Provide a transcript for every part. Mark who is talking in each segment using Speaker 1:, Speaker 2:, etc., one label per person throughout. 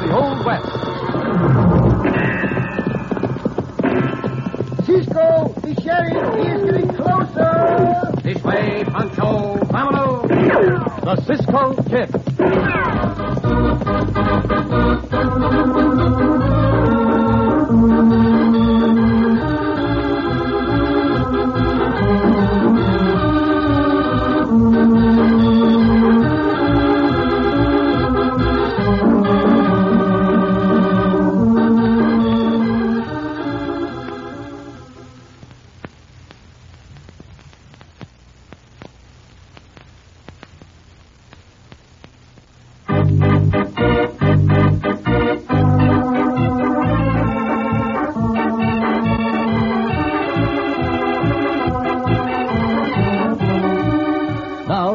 Speaker 1: the Old West.
Speaker 2: Cisco, the sheriff is getting closer.
Speaker 3: This way, Pancho. Vámonos.
Speaker 1: The Cisco Kid.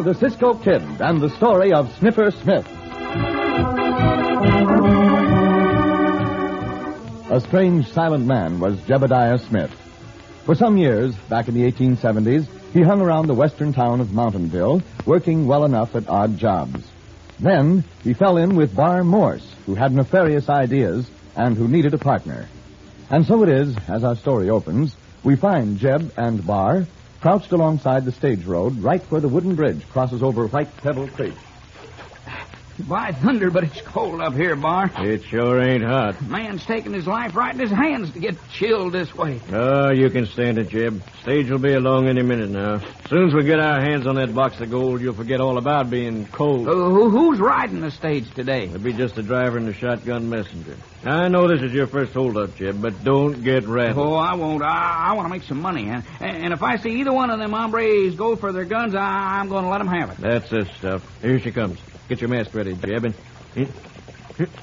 Speaker 1: the Cisco Kid and the story of Sniffer Smith. A strange, silent man was Jebediah Smith. For some years, back in the 1870s, he hung around the western town of Mountainville, working well enough at odd jobs. Then he fell in with Bar Morse, who had nefarious ideas and who needed a partner. And so it is, as our story opens, we find Jeb and Bar crouched alongside the stage road, right where the wooden bridge crosses over White Pebble Creek.
Speaker 4: By thunder, but it's cold up here, Bar.
Speaker 5: It sure ain't hot.
Speaker 4: Man's taking his life right in his hands to get chilled this way.
Speaker 5: Oh, you can stand it, Jeb. Stage will be along any minute now. Soon as we get our hands on that box of gold, you'll forget all about being cold.
Speaker 4: Uh, who, who's riding the stage today?
Speaker 5: It'll be just the driver and the shotgun messenger. I know this is your first holdup, Jeb, but don't get rattled.
Speaker 4: Oh, I won't. I, I want to make some money, and, and if I see either one of them hombres go for their guns, I, am going to let them have it.
Speaker 5: That's this stuff. Here she comes. Get your mask ready, Jeb. And...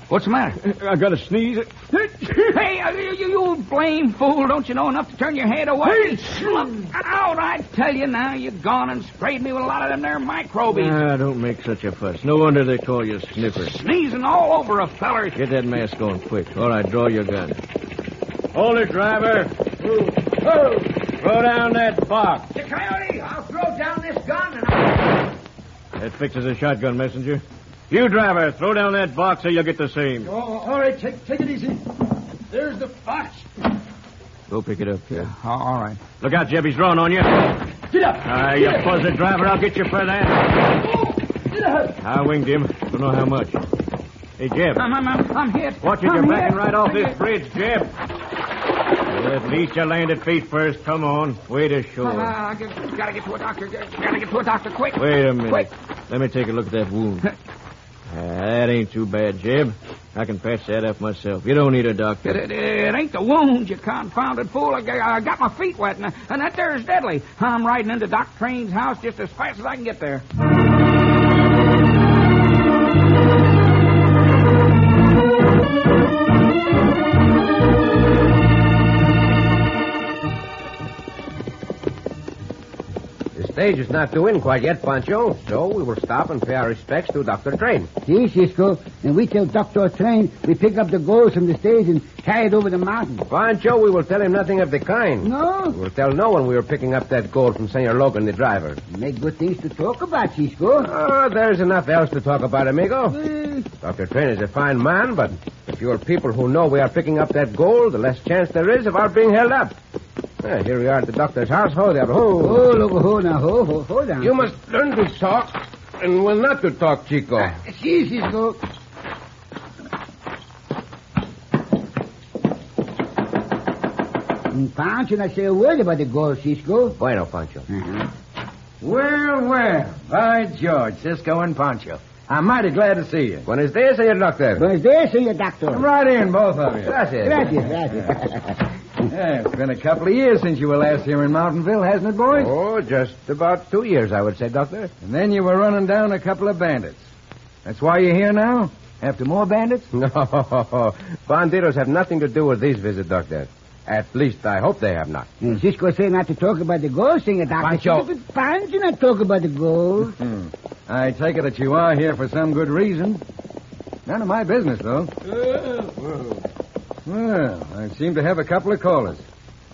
Speaker 4: What's the matter?
Speaker 5: I got a sneeze.
Speaker 4: hey, uh, you, you blame fool. Don't you know enough to turn your head away? Hey. Look out, I tell you now. You've gone and sprayed me with a lot of them there microbes.
Speaker 5: Ah, don't make such a fuss. No wonder they call you Sniffer.
Speaker 4: Sneezing all over a feller.
Speaker 5: Get that mask on quick. All right, draw your gun. Hold it, driver. Move. Move. Throw down that box.
Speaker 4: The coyote, I'll throw down this gun and I'll...
Speaker 5: That fixes a shotgun, messenger. You, driver, throw down that box or you'll get the same.
Speaker 2: Oh, all right, take, take it easy. There's the box.
Speaker 5: Go pick it up, kid. Yeah,
Speaker 4: all right.
Speaker 5: Look out, Jeb, he's drawn on you.
Speaker 2: Get up.
Speaker 5: Ah, uh, you buzzard driver, I'll get you for that.
Speaker 2: Oh, get up.
Speaker 5: I winged him. Don't know how much. Hey, Jeb.
Speaker 4: I'm, I'm, I'm, I'm hit.
Speaker 5: Watch it,
Speaker 4: I'm
Speaker 5: you're hit. backing right off this bridge, Jeb. Well, at least you landed feet first. Come on. Way to shore. Uh,
Speaker 4: Uh-huh,
Speaker 6: Uh-huh.
Speaker 4: I gotta get to a doctor. Gotta get to a doctor quick.
Speaker 5: Wait a minute.
Speaker 4: Quick.
Speaker 5: Let me take a look at that wound. Uh, that ain't too bad, Jeb. I can patch that up myself. You don't need a doctor.
Speaker 4: It, it, it ain't the wound, you confounded fool. I, I, got my feet wet, and, and that there's deadly. I'm riding into Doc Train's house just as fast as I can get there.
Speaker 6: stage is not due in quite yet, Pancho, so we will stop and pay our respects to Dr. Train.
Speaker 7: See, si, Cisco, and we tell Dr. Train we pick up the gold from the stage and carry it over the mountain.
Speaker 6: Pancho, we will tell him nothing of the kind.
Speaker 7: No?
Speaker 6: We'll tell no one we were picking up that gold from Senor Logan, the driver.
Speaker 7: Make good things to talk about, Cisco.
Speaker 6: Oh, there's enough else to talk about, amigo. Uh... Dr. Train is a fine man, but the fewer people who know we are picking up that gold, the less chance there is of our being held up. Well, here we are at the doctor's house. Ho there, ho.
Speaker 7: Oh, look, ho now, ho, ho, ho
Speaker 8: Oh.
Speaker 7: down.
Speaker 6: You must learn to talk and will not to talk, Chico.
Speaker 8: Ah.
Speaker 6: Uh,
Speaker 7: si, Chico. Pancho not say a word about the gold, Cisco.
Speaker 6: Bueno, Pancho. Uh-huh.
Speaker 8: Well, well, by George, Cisco and Pancho. I'm mighty glad to see you.
Speaker 6: Buenos dias, senor doctor.
Speaker 7: Buenos dias, senor doctor.
Speaker 8: Come right in, both of you.
Speaker 6: Gracias.
Speaker 7: Gracias, gracias.
Speaker 8: Yeah, it's been a couple of years since you were last here in Mountainville, hasn't it, boys?
Speaker 6: Oh, just about two years, I would say, Doctor.
Speaker 8: And then you were running down a couple of bandits. That's why you're here now? After more bandits?
Speaker 6: No. Banditos have nothing to do with this visit, Doctor.
Speaker 5: At least I hope they have not.
Speaker 2: And Cisco say not to talk about the gold singer, Doctor.
Speaker 8: Pancho.
Speaker 2: Stupid Pancho not talk about the gold.
Speaker 8: Hmm. I take it that you are here for some good reason. None of my business, though. Well, I seem to have a couple of callers.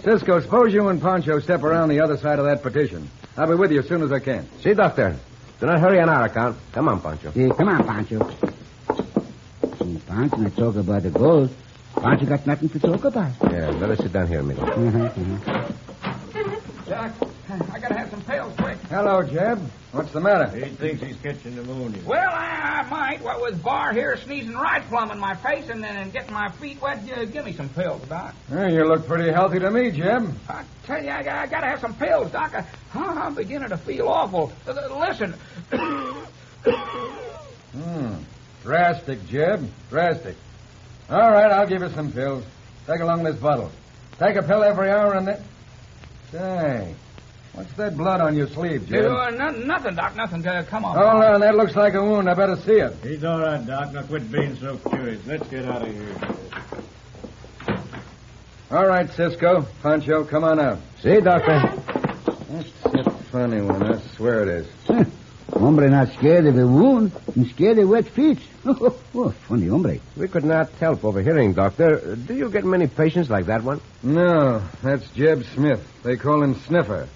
Speaker 8: Cisco, suppose you and Poncho step around the other side of that petition. I'll be with you as soon as I can.
Speaker 5: See, Doctor, do not hurry on our account. Come on, Pancho.
Speaker 2: Hey, come on, Pancho. See, Pancho not talk about the gold. Pancho got nothing to talk about.
Speaker 5: Yeah, let us sit down here, amigo.
Speaker 2: Uh-huh, uh-huh.
Speaker 4: Doc, I gotta have some pills quick.
Speaker 8: Hello, Jeb. What's the matter?
Speaker 9: He thinks he's catching pneumonia.
Speaker 4: Well, I, I might. What with Bar here sneezing right plumb in my face and then getting my feet wet, uh, give me some pills, Doc.
Speaker 8: Well, you look pretty healthy to me, Jeb.
Speaker 4: I tell you, I, got- I gotta have some pills, Doc. I, I'm beginning to feel awful. Uh, Listen.
Speaker 8: Hmm. Drastic, Jeb. Drastic. All right, I'll give you some pills. Take along this bottle. Take a pill every hour and then. Say, what's that blood on your sleeve, Jeb?
Speaker 4: Uh, no- nothing, Doc. Nothing. Uh, come on.
Speaker 7: Oh.
Speaker 8: Hold on, that looks like a wound. I better see it.
Speaker 9: He's all right, Doc. Now quit being so curious. Let's get out of here.
Speaker 8: All right, Cisco. Pancho, come on out.
Speaker 5: See, Doctor?
Speaker 8: That's a funny one, I swear it is.
Speaker 2: Huh. Hombre not scared of a wound and scared of wet feet. oh, funny hombre.
Speaker 5: We could not help overhearing, Doctor. Do you get many patients like that one?
Speaker 8: No, that's Jeb Smith. They call him Sniffer.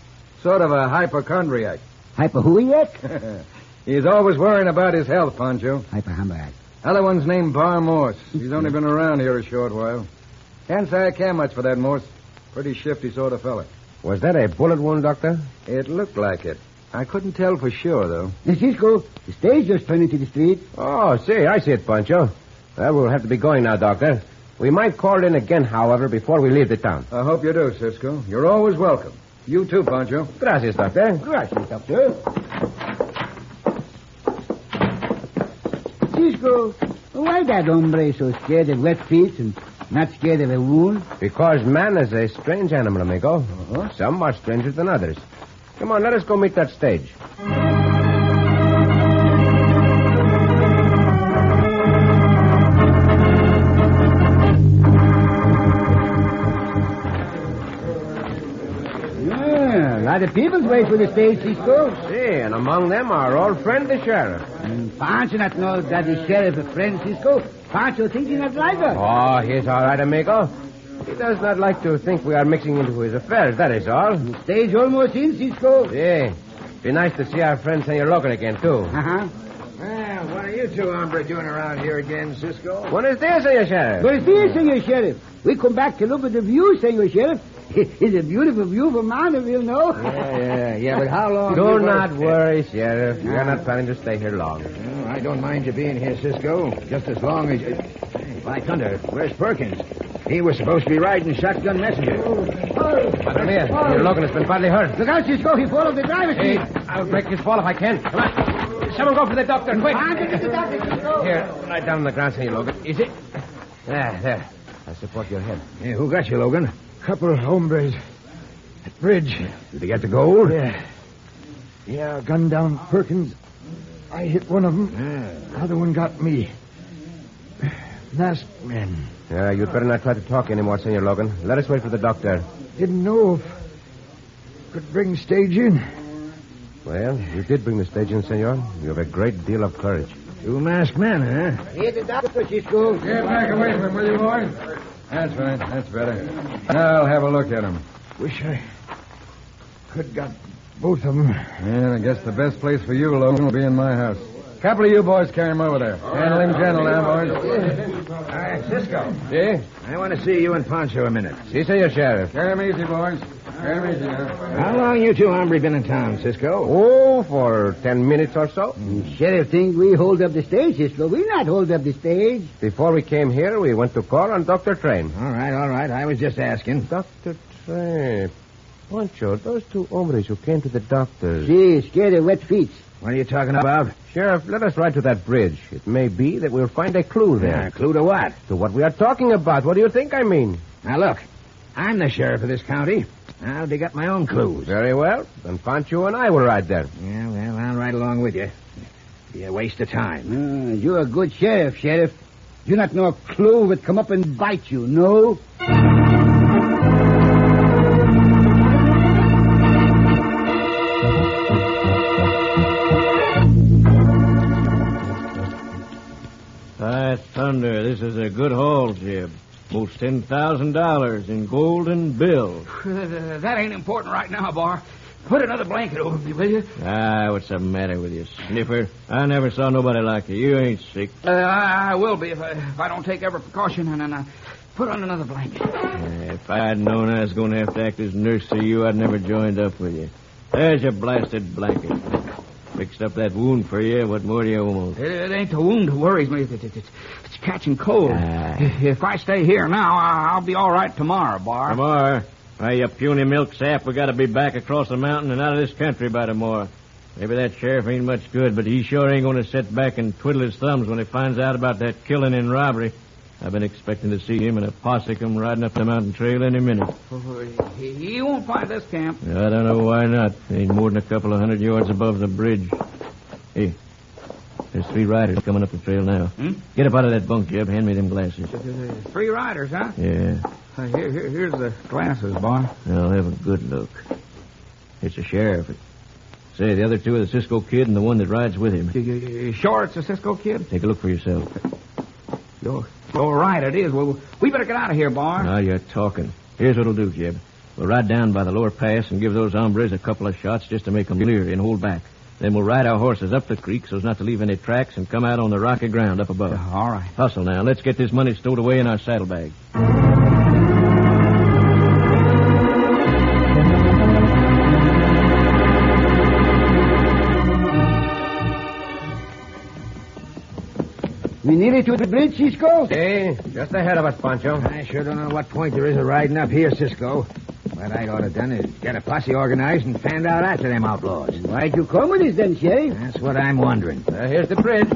Speaker 8: Sort of a hypochondriac.
Speaker 2: Hyperhuiac?
Speaker 8: He's always worrying about his health, Pancho.
Speaker 2: Hyperhumbag.
Speaker 8: Other one's named Bar Morse. He's only been around here a short while. Can't say I care much for that Morse. Pretty shifty sort of fella.
Speaker 5: Was that a bullet wound, Doctor?
Speaker 8: It looked like it. I couldn't tell for sure, though.
Speaker 2: Hey, Cisco, the stage just turned into the street.
Speaker 5: Oh, see, I see it, Pancho. Well, we'll have to be going now, Doctor. We might call in again, however, before we leave the town.
Speaker 8: I hope you do, Cisco. You're always welcome. You too, Pancho.
Speaker 5: Gracias, Doctor.
Speaker 2: Gracias, Doctor. Cisco, why that hombre so scared of wet feet and not scared of a wound?
Speaker 5: Because man is a strange animal, amigo.
Speaker 8: Uh-huh.
Speaker 5: Some are stranger than others. Come on, let us go meet that stage.
Speaker 2: Yeah, a lot of people wait for the stage, Cisco.
Speaker 5: See, and among them our old friend, the sheriff.
Speaker 2: And Pancho not know that the sheriff a friend, Cisco. Pancho thinks he's not like us.
Speaker 5: Oh, he's all right, amigo. He does not like to think we are mixing into his affairs, that is all.
Speaker 2: The stage almost in, Cisco.
Speaker 5: Yeah. Be nice to see our friend Senor Logan again, too.
Speaker 10: Oh.
Speaker 2: Uh-huh.
Speaker 8: Well, what are you two hombre doing around here again, Cisco?
Speaker 5: Buenos dias, Senor Sheriff.
Speaker 2: Buenos dias, Senor Sheriff. We come back to look at the view, Senor Sheriff. It's a beautiful view from Mountainville, no?
Speaker 5: Yeah, yeah, yeah, but
Speaker 2: how long?
Speaker 5: Do not worry, Sheriff. We are not planning to stay here long.
Speaker 8: I don't mind you being here, Cisco. Just as long as. Hey, By thunder, where's Perkins? He was supposed to be riding shotgun messenger.
Speaker 5: Come here. Senor Logan has been badly hurt.
Speaker 2: Look out, Cisco. He followed the driver's
Speaker 5: Hey,
Speaker 2: seat.
Speaker 5: I'll break his fall if I can. Come on. Someone go for the doctor, quick.
Speaker 2: Pancho, get the doctor, Cisco.
Speaker 5: Here, lie down on the ground, Senor Logan. Easy. There, there. I support your head.
Speaker 8: Hey, who got you, Logan? Couple of hombres. At bridge. Did they get the gold? Yeah. Yeah, gunned down Perkins. I hit one of them. The other one got me. Masked men.
Speaker 5: Yeah, you'd better not try to talk anymore, Senor Logan. Let us wait for the doctor.
Speaker 8: Didn't know if could bring stage in.
Speaker 5: Well, you did bring the stage in, Senor. You have a great deal of courage.
Speaker 8: Two masked men, huh?
Speaker 2: Here's the doctor, Cisco.
Speaker 8: Get back away from him, will you, boy? That's right. That's better. Now I'll have a look at him.
Speaker 10: Wish I could got both of them.
Speaker 8: Yeah, I guess the best place for you, Logan, will be in my house. Couple of you boys carry him over there. Handle him gentle now, boys.
Speaker 10: Cisco,
Speaker 8: See?
Speaker 10: I want to see you and Pancho a minute.
Speaker 5: See, Senor Sheriff.
Speaker 8: Carry him easy, boys. Carry him easy now.
Speaker 10: How long you two hombre been in town, Cisco? Hmm.
Speaker 5: Oh, for ten minutes or so.
Speaker 2: Sheriff think we hold up the stage, Cisco. We not hold up the stage.
Speaker 5: Before we came here, we went to call on Dr. Train.
Speaker 10: All right, all right. I was just asking.
Speaker 5: Dr. Train. Pancho, those two hombres who came to the doctor's.
Speaker 2: See, scared of wet feet.
Speaker 10: What are you talking about?
Speaker 5: Sheriff, let us ride to that bridge. It may be that we'll find a clue
Speaker 10: Yeah,
Speaker 5: there.
Speaker 10: clue to what?
Speaker 5: To what we are talking about. What do you think I mean?
Speaker 10: Now look, I'm the sheriff of this county. I'll dig up my own clues.
Speaker 5: Very well. Then Pancho and I will ride there.
Speaker 10: Yeah, well, I'll ride along with you. Be a waste of time.
Speaker 2: Uh, you a good sheriff, Sheriff. You not know a clue would come up and bite you, no?
Speaker 5: This is a good haul, Jeb. Most $10,000 in gold and bills.
Speaker 4: that ain't important right now, Bar. Put another blanket over me, will you?
Speaker 5: Ah, what's the matter with you, sniffer? I never saw nobody like you. You ain't sick.
Speaker 4: Uh, I I will be if I, if I don't take every precaution and, and uh, put on another blanket.
Speaker 5: If I'd known I was going to have to act as nurse to you, I'd never joined up with you. There's your blasted blanket. Fixed up that wound for you. What more do you want?
Speaker 4: It, it ain't the wound that worries me. It, it, it's- it's catching cold. If I stay here now, I- I'll be all right tomorrow, Bar.
Speaker 5: Tomorrow. Why, you puny milk sap, we gotta be back across the mountain and out of this country by tomorrow. Maybe that sheriff ain't much good, but he sure ain't gonna sit back and twiddle his thumbs when he finds out about that killing and robbery. I've been expecting to see him and a posse come riding up the mountain trail any minute.
Speaker 4: Oh, He, he won't find this camp.
Speaker 5: I don't know why not. Ain't more than a couple of hundred yards above the bridge. Hey, there's three riders coming up the trail now.
Speaker 4: Hmm?
Speaker 5: Get up out of that bunk, Jeb. Hand me them glasses.
Speaker 4: Three riders, huh?
Speaker 5: Yeah.
Speaker 4: Uh, here, here, here's the glasses, Bar.
Speaker 5: Now have a good look. It's the sheriff. Say, the other two are the Cisco kid and the one that rides with him.
Speaker 4: You sure it's a Cisco kid?
Speaker 5: Take a look for yourself.
Speaker 4: You're, you're right, it is. Well, we better get out of here, Bar.
Speaker 5: Now you're talking. Here's what'll do, Jeb. We'll ride down by the lower pass and give those hombres a couple of shots just to make them leery and hold back. Then we'll ride our horses up the creek so as not to leave any tracks and come out on the rocky ground up above.
Speaker 4: all right.
Speaker 5: Hustle now. Let's get this money stowed away in our saddlebag.
Speaker 2: We nearly to the bridge, Cisco?
Speaker 11: Hey, just ahead of us, Pancho.
Speaker 2: I sure don't know what point there is of riding up here, Cisco. What I'd ought to done is get a posse organized and fanned out after them outlaws. Why'd you come with us then, Sheriff? That's what I'm wondering.
Speaker 11: Uh, here's the bridge.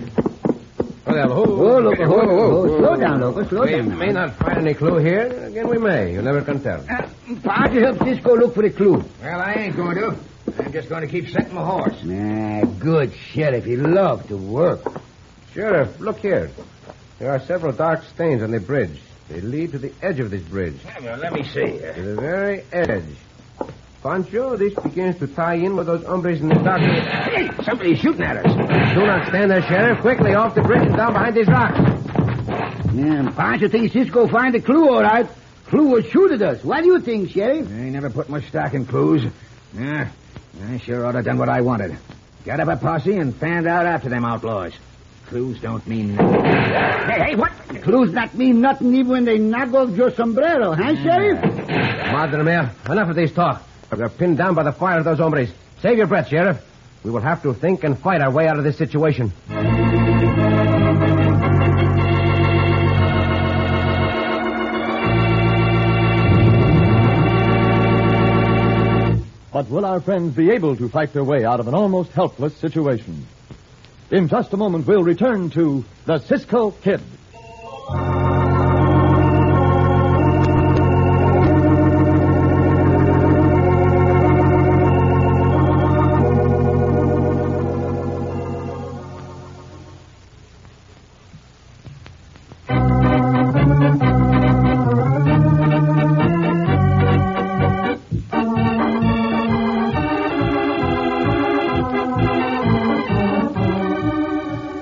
Speaker 11: Oh, there, whoa,
Speaker 2: Whoa, Loco, whoa, whoa, slow down, Loco, slow
Speaker 11: we
Speaker 2: down now.
Speaker 11: We may not find any clue here. Again, we may. You never can tell.
Speaker 2: How'd you help Cisco look for the clue? Well, I ain't going to. I'm just going to keep setting my horse. Ah, good sheriff. He loved to work.
Speaker 11: Sheriff, look here. There are several dark stains on the bridge. They lead to the edge of this bridge.
Speaker 2: Well, let me see.
Speaker 11: To the very edge. Pancho, this begins to tie in with those hombres in the dark.
Speaker 2: Hey, somebody's shooting at us.
Speaker 11: Do not stand there, Sheriff. Quickly, off the bridge and down behind these rocks.
Speaker 2: Yeah, Pancho thinks Cisco find the clue, all right. Clue will shoot at us. What do you think, Sheriff? I never put much stock in clues. Yeah, I sure ought to done what I wanted. Got up a posse and fanned out after them outlaws. Clues don't mean nothing. Hey, hey, what? Clues not mean nothing even when they knock off your sombrero, huh, Sheriff?
Speaker 11: Madre mia, enough of this talk. We're pinned down by the fire of those hombres. Save your breath, Sheriff. We will have to think and fight our way out of this situation.
Speaker 12: But will our friends be able to fight their way out of an almost helpless situation? In just a moment, we'll return to the Cisco Kid.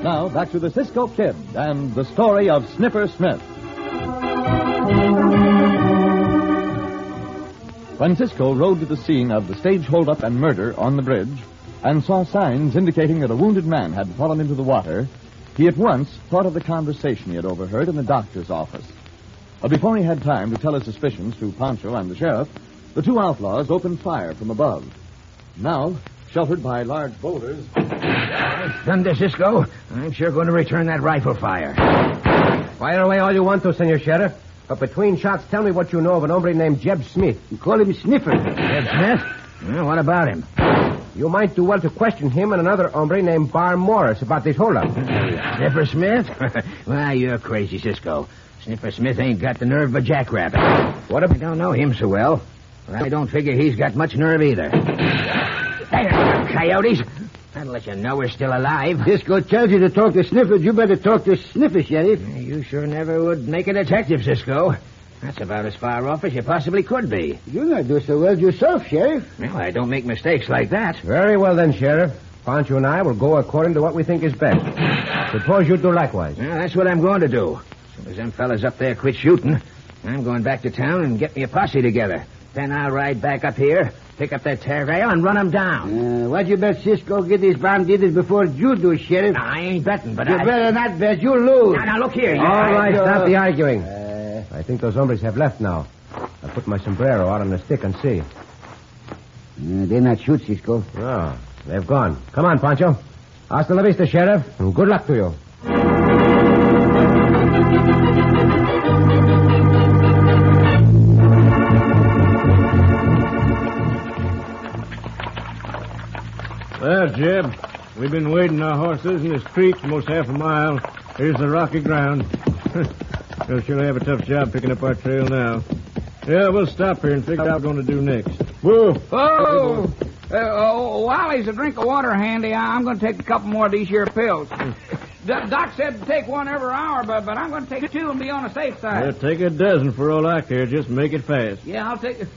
Speaker 12: Now, back to the Cisco Kid and the story of Sniffer Smith. When Cisco rode to the scene of the stage holdup and murder on the bridge and saw signs indicating that a wounded man had fallen into the water, he at once thought of the conversation he had overheard in the doctor's office. But before he had time to tell his suspicions to Pancho and the sheriff, the two outlaws opened fire from above. Now, sheltered by large boulders,
Speaker 2: Thunder, Cisco. I'm sure going to return that rifle fire.
Speaker 11: Fire away all you want to, Senor Sheriff. But between shots, tell me what you know of an hombre named Jeb Smith.
Speaker 2: You call him Sniffer. Jeb Smith? Well, what about him?
Speaker 11: You might do well to question him and another hombre named Bar Morris about this holdup.
Speaker 2: Sniffer Smith? Why, you're crazy, Cisco. Sniffer Smith ain't got the nerve of a jackrabbit. What if I don't know him so well? Well, I don't figure he's got much nerve either. There, coyotes. That'll let you know we're still alive. Cisco tells you to talk to Sniffers. You better talk to Sniffer, Sheriff. You sure never would make a detective, Cisco. That's about as far off as you possibly could be. You not do so well yourself, Sheriff. Well, I don't make mistakes like that.
Speaker 11: Very well then, Sheriff. Pancho and I will go according to what we think is best. Suppose you do likewise.
Speaker 2: Well, that's what I'm going to do.
Speaker 10: soon as them fellas up there quit shooting, I'm going back to town and get me a posse together. Then I'll ride back up here, pick up that Terrell, and run him down.
Speaker 2: Uh, what you bet Cisco get these bandidos before you do, Sheriff?
Speaker 10: I ain't betting, but
Speaker 2: you
Speaker 10: I...
Speaker 2: better not bet. You lose.
Speaker 10: Now, now, look here. you-
Speaker 5: All right,
Speaker 2: uh,
Speaker 5: stop the arguing. I think those hombres have left now. I'll put my sombrero out on the stick and see.
Speaker 2: Uh, they not shoot, Cisco.
Speaker 5: Oh, they've gone. Come on, Pancho. Hasta la vista, Sheriff, and good luck to you.
Speaker 9: Well, Jeb, we've been wading our horses in this creek most half a mile. Here's the rocky ground. we'll surely have a tough job picking up our trail now. Yeah, we'll stop here and figure out what we're going to do next. Whoa!
Speaker 4: Oh! Uh, oh, while he's a drink of water handy, I- I'm going to take a couple more of these here pills. Do- Doc said to take one every hour, but, but I'm going to take two and be on the safe side.
Speaker 9: Well, take a dozen for all I care. Just make it fast.
Speaker 4: Yeah, I'll take it.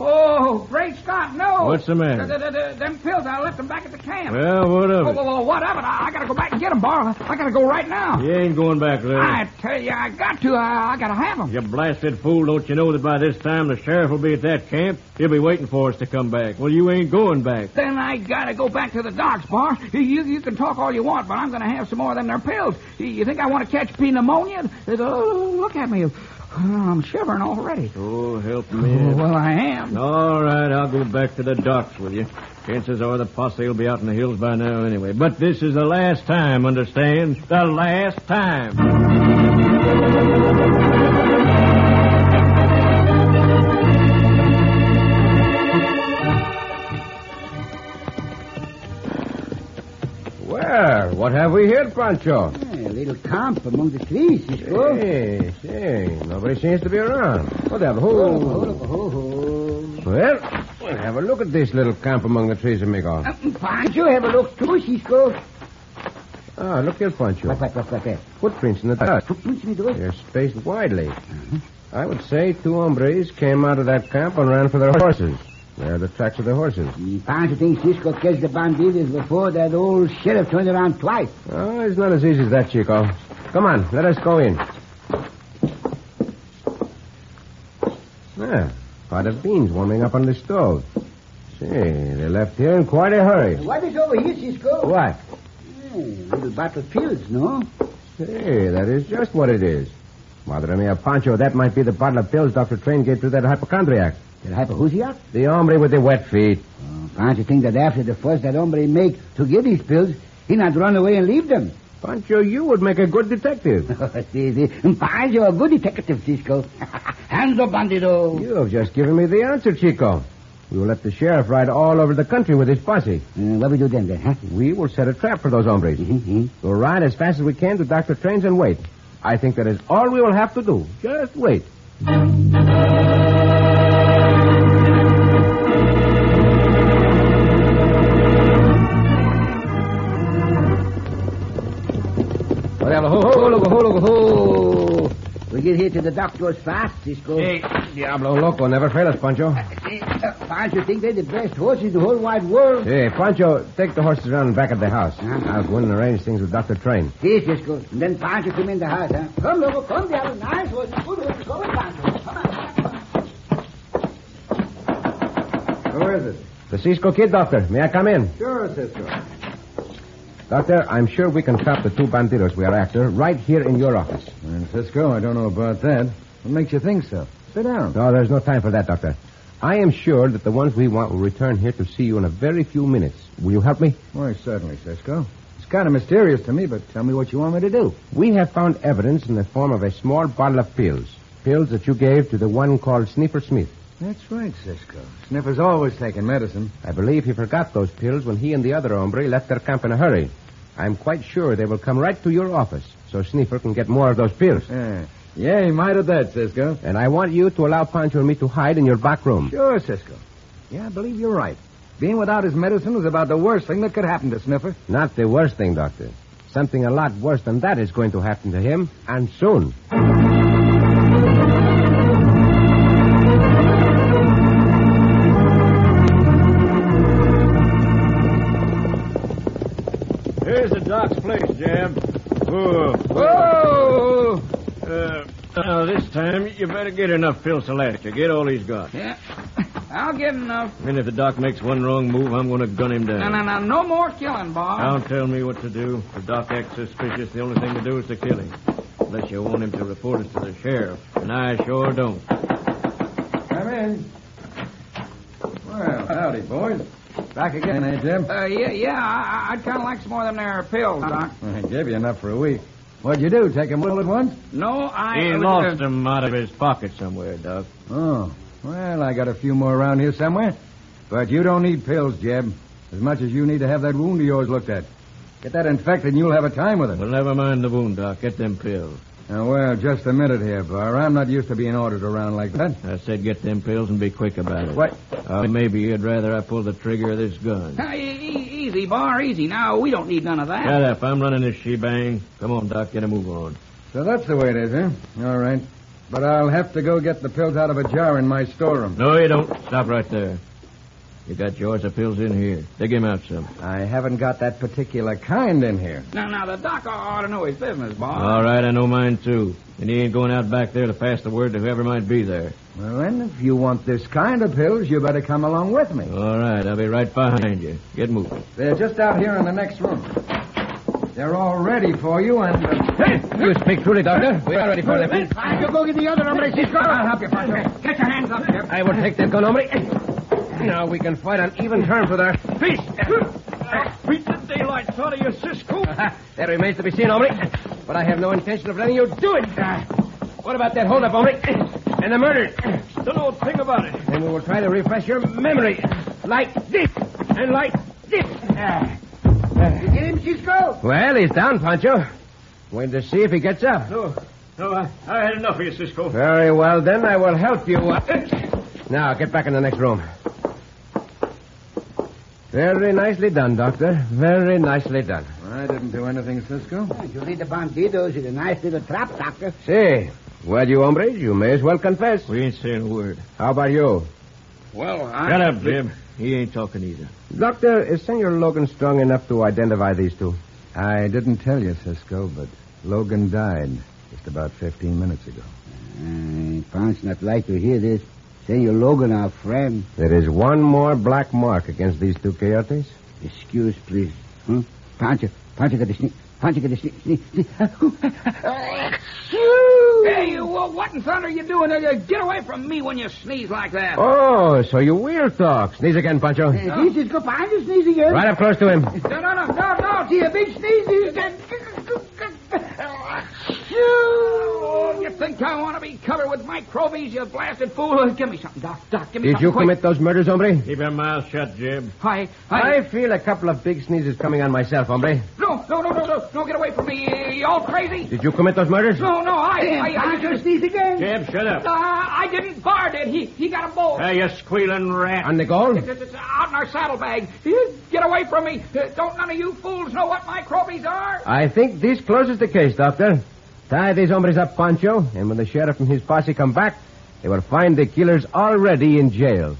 Speaker 4: Oh, great Scott, no.
Speaker 9: What's the matter?
Speaker 4: Th- th- th- them pills, I left them back at the camp.
Speaker 9: Well, what of
Speaker 4: oh,
Speaker 9: it?
Speaker 4: well, well, what of it? I, I got to go back and get them, Barlow. I got to go right now.
Speaker 9: You ain't going back, Larry.
Speaker 4: I tell you, I got to. I, I got to have them.
Speaker 9: You blasted fool, don't you know that by this time the sheriff will be at that camp? He'll be waiting for us to come back. Well, you ain't going back.
Speaker 4: Then I got to go back to the docks, Bar. You, you can talk all you want, but I'm going to have some more of them there pills. You- You think I want to catch pneumonia? Oh, look at me. I'm shivering already.
Speaker 9: Oh, help me.
Speaker 4: Oh, well, I am.
Speaker 9: All right, I'll go back to the docks with you. Chances are the posse will be out in the hills by now anyway. But this is the last time, understand? The last time.
Speaker 5: Well, what have we here, Pancho?
Speaker 2: Hey, a little camp among the trees, Cisco.
Speaker 5: Hey, hey, nobody seems to be around. What the
Speaker 2: Oh,
Speaker 5: who?
Speaker 2: oh, oh, oh.
Speaker 5: Well, we'll have a look at this little camp among the trees, amigo.
Speaker 4: Uh,
Speaker 2: Can't you have a look too, Cisco?
Speaker 5: Ah, look here, Pancho.
Speaker 2: What, what, what, what? what?
Speaker 5: Footprints in the dust.
Speaker 2: Footprints in the dust?
Speaker 5: They're spaced widely. I would say two hombres came out of that camp and ran for their horses. They're the tracks of their horses.
Speaker 2: Me Pancho thinks Cisco catch the bandidos before that old sheriff turned around twice.
Speaker 5: Oh, it's not as easy as that, Chico. Come on, let us go in. Ah, pot of beans warming up on the stove. See, they left here in quite a hurry.
Speaker 2: What is over here, Cisco?
Speaker 5: What?
Speaker 2: Hey, little battlefields, no?
Speaker 5: Hey, that is just what it is. Madre mia, Pancho, that might be the bottle of pills Dr. Train gave to that hypochondriac.
Speaker 2: That hypohusiac?
Speaker 5: The hombre with the wet feet.
Speaker 2: Oh, Pancho think that after the fuss that hombre make to get these pills, he not run away and leave them.
Speaker 5: Pancho, you would make a good detective.
Speaker 2: see, see. Pancho a good detective, Cisco. Hands up, bandito.
Speaker 5: You have just given me the answer, Chico. We will let the sheriff ride all over the country with his posse.
Speaker 2: Uh, what we do then, then, huh?
Speaker 5: We will set a trap for those hombres.
Speaker 2: Mm-hmm.
Speaker 5: We'll ride as fast as we can to Dr. Train's and wait. I think that is all we will have to do. Just wait.
Speaker 2: Whatever. Ho, ho, loco, ho, loco, ho. We get here to the doctor's fast, Cisco.
Speaker 5: Hey, Diablo Loco never fail us, Pancho.
Speaker 2: See, uh, Pancho think they're the best horses in the whole wide world.
Speaker 5: Hey, Pancho, take the horses around back of the house.
Speaker 2: Huh?
Speaker 5: I'll go in and arrange things with Dr. Train.
Speaker 2: See, Cisco. And then Pancho come in the house, huh? Come, Loco, come. They have a nice horse. Good horse. Go with Pancho. Come on.
Speaker 5: Who is it? The Cisco Kid, Doctor. May I come in?
Speaker 2: Sure, Cisco.
Speaker 5: Doctor, I'm sure we can trap the two banditos we are after right here in your office.
Speaker 8: Francisco, I don't know about that. What makes you think so? Sit down.
Speaker 5: No, there's no time for that, Doctor. I am sure that the ones we want will return here to see you in a very few minutes. Will you help me?
Speaker 8: Why, certainly, Cisco. It's kind of mysterious to me, but tell me what you want me to do.
Speaker 5: We have found evidence in the form of a small bottle of pills. Pills that you gave to the one called Sniffer Smith.
Speaker 8: That's right, Cisco. Sniffer's always taking medicine.
Speaker 5: I believe he forgot those pills when he and the other hombre left their camp in a hurry. I'm quite sure they will come right to your office so Sniffer can get more of those pills.
Speaker 8: Yeah, Eh, yeah he might have that, Cisco.
Speaker 5: And I want you to allow Pancho and me to hide in your back room.
Speaker 8: Sure, Cisco. Yeah, I believe you're right. Being without his medicine was about the worst thing that could happen to Sniffer.
Speaker 5: Not the worst thing, Doctor. Something a lot worse than that is going to happen to him, and soon.
Speaker 9: Here's the doc's place, Jeb. Whoa.
Speaker 8: Whoa!
Speaker 9: Uh, now, this time, you better get enough pills to last you. Get all he's got.
Speaker 4: Yeah. I'll get enough.
Speaker 9: And if the doc makes one wrong move, I'm going to gun him down.
Speaker 4: No, no, no. No more killing, Bob.
Speaker 9: Don't tell me what to do. If the doc acts suspicious, the only thing to do is to kill him. Unless you want him to report us to the sheriff. And I sure don't.
Speaker 8: Come in. Well, howdy, boys. Back again, eh, Jim?
Speaker 4: Uh, yeah, yeah. I, I- I'd kind of like some more of them there pills, Doc.
Speaker 8: I gave you enough for a week. What'd you do? Take 'em all at once?
Speaker 4: No, I.
Speaker 9: He
Speaker 4: I was, uh,
Speaker 9: lost 'em out of his pocket somewhere, Doc.
Speaker 8: Oh. Well, I got a few more around here somewhere. But you don't need pills, Jeb, as much as you need to have that wound of yours looked at. Get that infected and you'll have a time with it.
Speaker 9: Well, never mind the wound, Doc. Get them pills.
Speaker 8: Now, well, just a minute here, Bar. I'm not used to being ordered around like that.
Speaker 9: I said get them pills and be quick about it.
Speaker 8: What?
Speaker 9: Uh, maybe you'd rather I pull the trigger of this gun.
Speaker 4: Hey, e- e- easy, Bar, easy. Now, we don't need none of that.
Speaker 9: Shut up. I'm running this shebang. Come on, Doc. Get a move on.
Speaker 8: So that's the way it is, huh? All right. But I'll have to go get the pills out of a jar in my storeroom.
Speaker 9: No, you don't. Stop right there. You got yours of pills in here. Dig him out some.
Speaker 8: I haven't got that particular kind in here.
Speaker 4: Now, now, the doc ought to know his business, Bob.
Speaker 9: All right, I know mine too. And he ain't going out back there to pass the word to whoever might be there.
Speaker 8: Well, then, if you want this kind of pills, you better come along with me.
Speaker 9: All right, I'll be right behind you. Get moving.
Speaker 8: They're just out here in the next room. They're all ready for you, and...
Speaker 2: uh,
Speaker 8: Hey!
Speaker 5: You speak truly, Doctor. We are ready for them.
Speaker 4: Hey, you go get the other hombre, Cisco. I'll help you, Pancho.
Speaker 9: Uh.
Speaker 4: Get your hands up, Jim.
Speaker 5: I will take that gun, hombre. Now we can fight on even terms with our feast.
Speaker 9: Beat the daylight out of your Cisco.
Speaker 5: That remains to be seen, hombre. But I have no intention of letting you do it. What about that holdup, hombre? And the murder?
Speaker 9: Don't know a thing about it.
Speaker 5: Then we will try to refresh your memory. Like this. And like this.
Speaker 4: You get him, Cisco?
Speaker 5: Well, he's down, Pancho. Wait to see if he gets up.
Speaker 9: No, no, I, I had enough of you, Cisco.
Speaker 5: Very well, then I will help you. Now, get back in the next room. Very nicely done, Doctor. Very nicely done.
Speaker 8: I didn't do anything, Cisco.
Speaker 2: You lead the bandidos in a nice little trap, Doctor.
Speaker 5: See, well, you hombres, you may as well confess.
Speaker 9: We ain't saying a word.
Speaker 5: How about you?
Speaker 4: Well, I...
Speaker 9: Shut up, Jim. He ain't talking either.
Speaker 5: Doctor, is Senor Logan strong enough to identify these two?
Speaker 8: I didn't tell you, Cisco, but Logan died just about 15 minutes ago.
Speaker 2: Uh, Ponce not like to hear this. Senor Logan, our friend.
Speaker 5: There is one more black mark against these two coyotes.
Speaker 2: Excuse, please. Huh? Pancho, Pancho got the sneak. Pancho got the sneak. sneak, sneak.
Speaker 4: Hey, you, well, what in thunder are you doing? Uh, Get away from me when you sneeze like that.
Speaker 5: Oh, so you will talk. Sneeze again, Pancho.
Speaker 2: Uh, This is good. Pancho sneezing again.
Speaker 5: Right up close to him.
Speaker 4: No, no, no, no, no. See, a big sneeze. You said... Oh, you think I want to be covered with microbes, you blasted fool? Uh, Give me something, Doc. Doc, give me
Speaker 5: Did
Speaker 4: something
Speaker 5: you
Speaker 4: quick.
Speaker 5: commit those murders, hombre?
Speaker 9: Keep your mouth shut, Jim.
Speaker 4: I, I,
Speaker 5: I feel a couple of big sneezes coming on myself, hombre.
Speaker 4: No, no, no, no, no, no, get away from me. You all crazy?
Speaker 5: Did you commit those murders?
Speaker 4: No, no, I, I, I, I just,
Speaker 2: sneeze again.
Speaker 9: Jim, shut
Speaker 4: uh,
Speaker 9: up.
Speaker 4: I didn't bar did. He, he got a bolt.
Speaker 9: Hey, you squealing rat.
Speaker 5: On the goal?
Speaker 4: It's, it's out in our saddlebag. Get away from me. Uh, Don't none of you fools know what microbes are?
Speaker 5: I think this closes the case, Doctor. Tie these hombres up, Pancho, and when the sheriff and his posse come back, they will find the killers already in jail.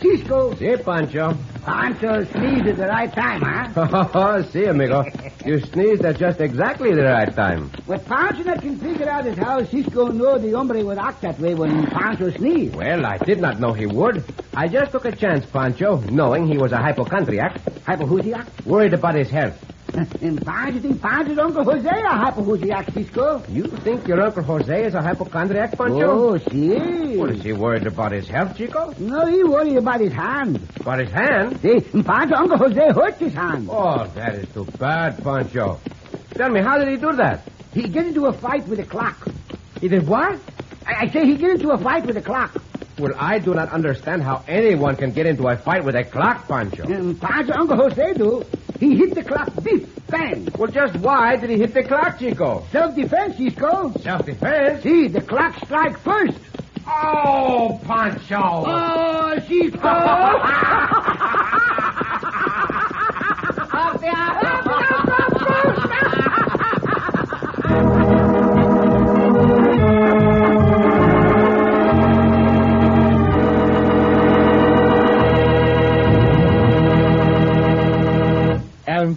Speaker 2: Cisco.
Speaker 5: See, Pancho.
Speaker 2: Pancho sneezed at the right time, huh?
Speaker 5: Oh, see, amigo. You sneezed at just exactly the right time.
Speaker 2: What Pancho not can figure out is how Cisco know the hombre would act that way when Pancho sneezed.
Speaker 5: Well, I did not know he would. I just took a chance, Pancho, knowing he was a hypochondriac,
Speaker 2: Hypohusiac?
Speaker 5: worried about his health.
Speaker 2: And Pancho think Pancho's Uncle Jose a hypohusiac, Cisco.
Speaker 5: You think your Uncle Jose is a hypochondriac, Pancho?
Speaker 2: Oh, see.
Speaker 5: Well, is he worried about his health, Chico?
Speaker 2: No, he worried about his hand.
Speaker 5: About his hand?
Speaker 2: See, Pancho Uncle Jose hurt his hand.
Speaker 5: Oh, that is too bad, Pancho. Tell me, how did he do that?
Speaker 2: He get into a fight with a clock.
Speaker 5: He did what?
Speaker 2: I, I say he get into a fight with a clock.
Speaker 5: Well, I do not understand how anyone can get into a fight with a clock, Pancho.
Speaker 2: And Pancho Uncle Jose do. He hit the clock, beef, bang.
Speaker 5: Well, just why did he hit the clock, Chico?
Speaker 2: Self-defense, Cisco.
Speaker 5: Self-defense?
Speaker 2: See, the clock strike first.
Speaker 5: Oh, Pancho!
Speaker 2: Oh, Cisco! Up there. Up, up, up, up.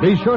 Speaker 12: Be sure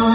Speaker 13: you.